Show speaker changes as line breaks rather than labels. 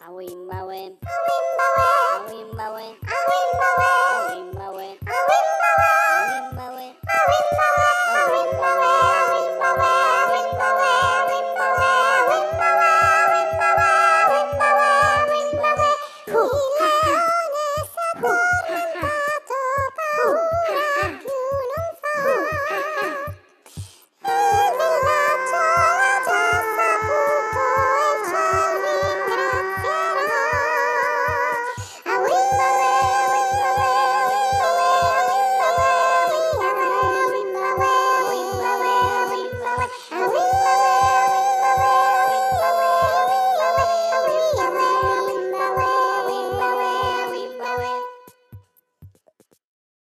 małym, małym.
Mały,